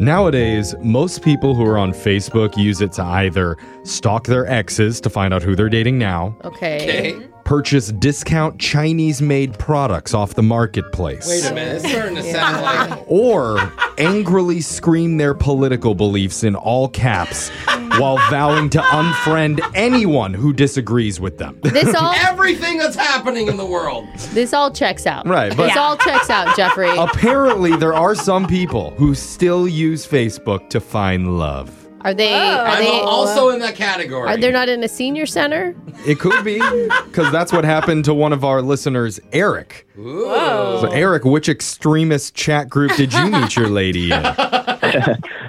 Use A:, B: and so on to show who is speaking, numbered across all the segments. A: Nowadays, most people who are on Facebook use it to either stalk their exes to find out who they're dating now,
B: Okay.
C: Okay.
A: purchase discount Chinese made products off the marketplace,
C: Wait a minute. It's starting to sound like
A: or angrily scream their political beliefs in all caps while vowing to unfriend anyone who disagrees with them.
B: This all
C: everything that's happening in the world.
B: this all checks out.
A: Right, but- Oh.
B: this
A: Yeah.
B: all checks out, Jeffrey.
A: Apparently, there are some people who still use Facebook to find love.
B: Are they? Are
C: I'm
B: they?
C: also in that category.
B: Are they not in a senior center?
A: It could be, because that's what happened to one of our listeners, Eric.
C: Ooh.
A: So, Eric, which extremist chat group did you meet your lady in?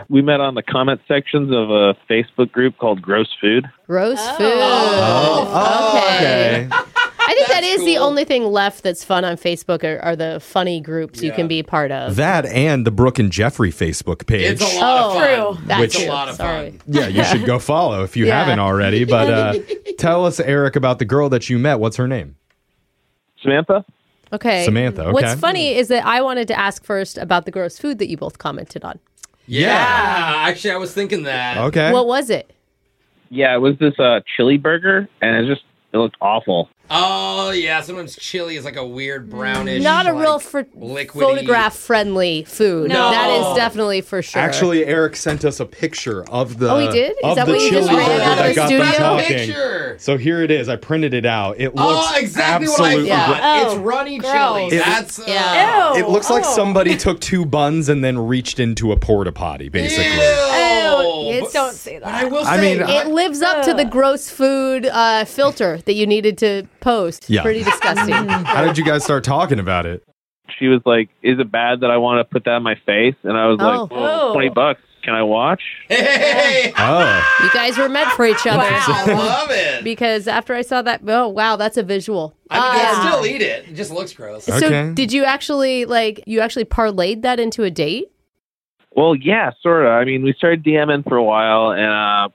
D: We met on the comment sections of a Facebook group called Gross Food.
B: Roast food.
A: Okay.
B: I think that
C: That's
B: is the
C: cool.
B: only thing left that's fun on Facebook are, are the funny groups you
C: Yeah.
B: can be part of.
A: That and the Brooke and Jeffrey Facebook page.
C: It's a lot
B: Oh,
C: of fun.
B: That's
A: Which-
C: it's
B: true.
C: a lot of
B: Sorry.
C: fun.
A: Yeah, you should go follow if you
B: Yeah.
A: haven't already. But uh, tell us, Eric, about the girl that you met. What's her name?
D: Samantha?
B: Okay.
A: Samantha, okay.
B: What's funny is that I wanted to ask first about the gross food that you both commented on.
C: Yeah. Actually, I was thinking that.
A: Okay.
B: What was it?
D: Yeah, it was this uh, chili burger, and it just it looked awful.
C: Oh yeah. Sometimes chili is like a weird brownish.
B: Mm. Not a real
C: like,
B: fr-
C: liquidy-
B: photograph friendly food.
E: No.
B: That is definitely for sure.
A: Actually, Eric sent us a picture of the.
B: Oh, he did? Is
A: of
B: that
A: the
B: what you just
A: chili
B: ran
A: burger
B: out of
A: that
B: the
A: got
B: studio?
A: them talking.
C: Picture.
A: So here it is. I printed it out. It looks
C: Oh, exactly what I thought.
A: absolutely.
B: Yeah.
C: It's
E: Oh,
C: runny
E: gross.
C: chili.
E: It-
C: That's uh,
B: Yeah.
E: Ew.
A: It looks like
E: oh.
A: somebody took two buns and then reached into a porta potty, basically.
E: Ew. Kids
C: But-
E: don't say
C: But I
E: that.
C: will say,
A: I mean, I-
B: it lives up to the gross food uh, filter that you needed to post.
A: Yeah.
B: Pretty disgusting.
A: How did you guys start talking about it?
D: She was like, "Is it bad that I want to put that in my face?" And I was
B: Oh.
D: like, well,
E: Oh.
D: "20 bucks? Can I watch?"
C: hey,
A: Oh,
B: You guys were meant for each other.
C: I love it.
B: Because after I saw that, oh wow, that's a visual.
C: I mean,
B: Um,
C: I still eat it. It just looks gross.
A: Okay.
B: so did you actually like you actually parlayed that into a date?
D: Well, yeah, sort of. I mean, we started DMing for a while, and uh,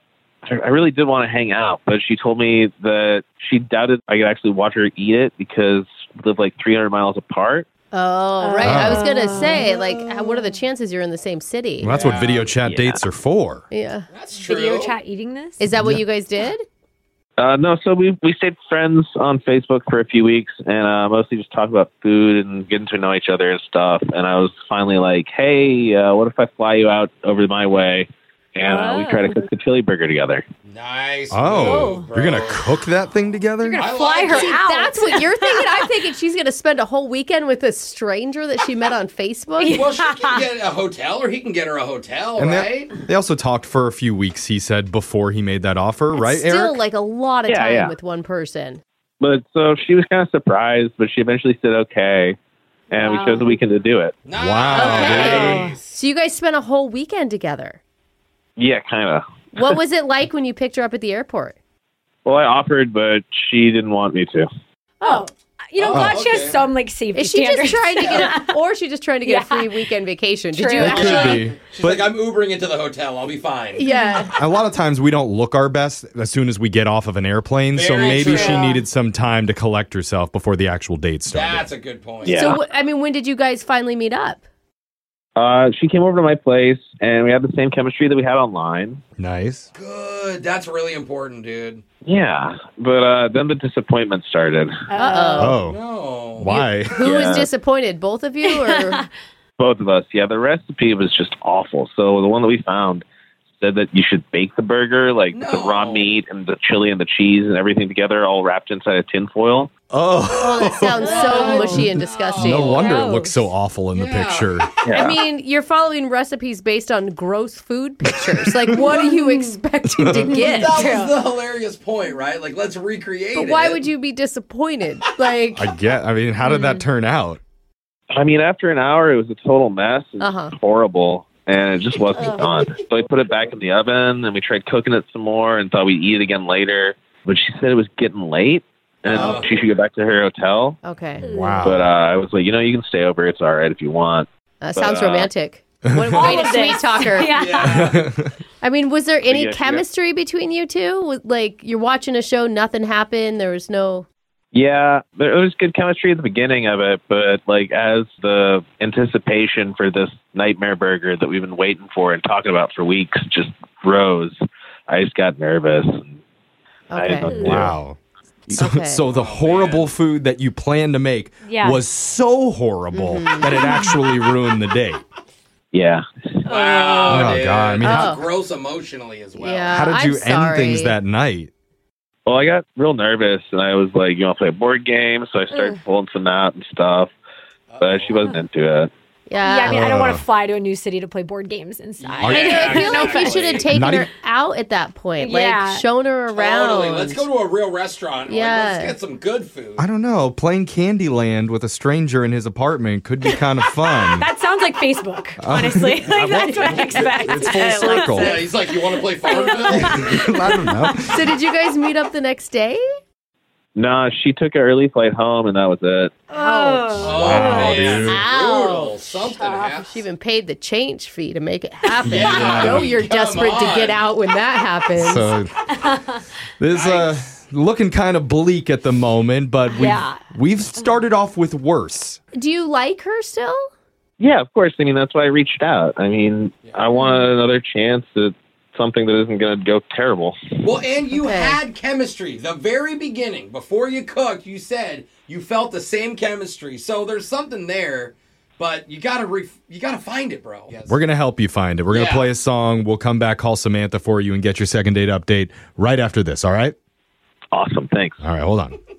D: I- I really did want to hang out, but she told me that she doubted I could actually watch her eat it because we live like 300 miles apart.
B: Oh, right.
E: Oh.
B: I was gonna say like, how- what are the chances you're in the same city?
A: well, that's what video chat
D: Yeah.
A: dates are for.
B: Yeah.
C: That's true.
E: Video chat eating this?
B: Is that what you guys did?
D: Uh, no, so we we stayed friends on Facebook for a few weeks, and uh, mostly just talked about food and getting to know each other and stuff. And I was finally like, "Hey, uh, what if I fly you out over my way, and uh, we try to cook the chili burger together?"
C: Nice.
A: Oh,
C: move,
A: you're gonna
C: bro.
A: cook that thing together?
E: You're
C: I
E: gonna fly
C: like
E: her
C: it. See,
E: out.
B: That's what you're thinking. I'm thinking she's gonna spend a whole weekend with a stranger that she met on Facebook.
C: Well, she can get a hotel, or he can get her a hotel,
A: And they,
C: right?
A: they also talked for a few weeks. He said before he made that offer, right,
B: Still
A: Eric?
B: like a lot of
D: Yeah,
B: time
D: yeah.
B: with one person.
D: But so she was kind of surprised, but she eventually said okay, and we
E: Wow.
D: chose the weekend to do it.
C: Nice.
A: Wow,
C: Nice.
B: So you guys spent a whole weekend together.
D: Yeah, kind of.
B: What was it like when you picked her up at the airport?
D: Well, I offered, but she didn't want me to.
E: Oh. You know,
C: Oh,
E: God, she
C: okay.
E: has some like safety
B: Is she
E: standards.
B: just trying to get a, or is she just trying to get a
E: Yeah.
B: free weekend vacation? Did
E: True.
B: you
E: It
A: It could
B: actually?
A: be.
C: She's
A: But
C: like, I'm Ubering into the hotel. I'll be fine.
B: Yeah.
A: a lot of times we don't look our best as soon as we get off of an airplane. so
C: Very
A: maybe
C: true.
A: she needed some time to collect herself before the actual date started.
C: That's a good point.
D: Yeah.
B: So wh- I mean, when did you guys finally meet up?
D: Uh, she came over to my place, and we had the same chemistry that we had online.
A: nice.
C: Good. That's really important, dude.
D: Yeah, but uh, then the disappointment started.
B: Uh
A: Oh,
C: No.
A: why?
B: Who
D: Yeah.
B: was disappointed? Both of you, or
D: Both of us. Yeah, the recipe was just awful. So the one that we found said that you should bake the burger, like the
C: No.
D: raw meat and the chili and the cheese and everything together, all wrapped inside a tin foil.
B: oh, that sounds so
E: Oh,
B: mushy and disgusting.
A: No wonder it
E: Gross.
A: looks so awful in the
C: Yeah.
A: picture.
D: Yeah.
B: I mean, you're following recipes based on gross food pictures. Like, what are you expecting to get?
C: That
E: True.
C: was the hilarious point, right? Like, let's recreate
B: But
C: it.
B: why would you be disappointed? Like,
A: I get. I mean, how did that turn out?
D: I mean, after an hour, it was a total mess. It was
B: Uh-huh. Uh.
D: horrible, and it just wasn't done. So we put it back in the oven, and we tried cooking it some more, and thought we'd eat it again later. But she said it was getting late, and
C: Oh.
D: she should go back to her hotel.
B: okay,
A: Wow.
D: But uh, I was like, you know, you can stay over. It's all right if you want.
B: uh, sounds
D: uh,
B: romantic. What a
E: All
B: way to
E: of
B: sweet
E: this.
B: talker.
E: yeah.
C: Yeah.
B: I mean, was there any
D: yeah, she got-
B: chemistry between you two? Was, like, you're watching a show, nothing happened. There was no.
D: Yeah, there was good chemistry at the beginning of it, but like as the anticipation for this nightmare burger that we've been waiting for and talking about for weeks just rose, I just got nervous. And I didn't know what to
B: Okay.
D: do.
A: Wow. So,
B: Okay.
A: so the horrible food that you planned to make
E: Yeah.
A: was so horrible that it actually ruined the date.
D: Yeah,
C: Wow,
A: Oh,
C: dude.
A: God, I mean,
C: That's
B: how-
C: gross emotionally as well.
B: Yeah.
A: How did
B: I'm
A: you end things
B: sorry.
A: that night?
D: Well, I got real nervous, and I was like, you want to play a board game? So I started pulling some out and stuff, but she wasn't into it.
B: Yeah.
E: Yeah, I mean, I don't want
A: Uh.
E: to fly to a new city to play board games inside.
C: Are
B: I,
C: you-
B: I feel like you
C: Exactly.
B: should have taken
A: Not
B: her
A: even-
B: out at that point,
E: Yeah.
B: like shown her around.
C: Totally. Let's go to a real restaurant. Like,
B: Yeah.
C: let's get some good food.
A: I don't know. Playing Candyland with a stranger in his apartment could be kind of fun.
E: That sounds like Facebook, honestly. like, that's what I expect.
A: Uh, it's full circle.
C: yeah, he's like, you want to play Farmville?
A: I don't know.
B: So did you guys meet up the next day?
D: No, she took an early flight home, and that was it.
E: Oh.
C: oh,
A: Wow,
C: man.
A: dude.
C: Brutal.
B: Ouch.
C: Something happened.
B: She even paid the change fee to make it happen.
C: Yeah.
B: You know you're
C: Come
B: desperate to
C: on.
B: get out when that happens.
A: So this uh, looking kind of bleak at the moment, but we've,
E: Yeah.
A: we've started off with worse.
B: Do you like her still?
D: Yeah, of course. I mean, that's why I reached out. I mean, I want another chance at something that isn't going to go terrible.
C: Well, and you
B: Okay.
C: had chemistry. The very beginning, before you cooked, you said you felt the same chemistry. So there's something there, but you gotta re- you gotta find it, bro. Yes.
A: We're going to help you find it. We're going to
C: Yeah.
A: play a song. We'll come back, call Samantha for you, and get your second date update right after this. All right?
D: Awesome. Thanks.
A: All right, hold on.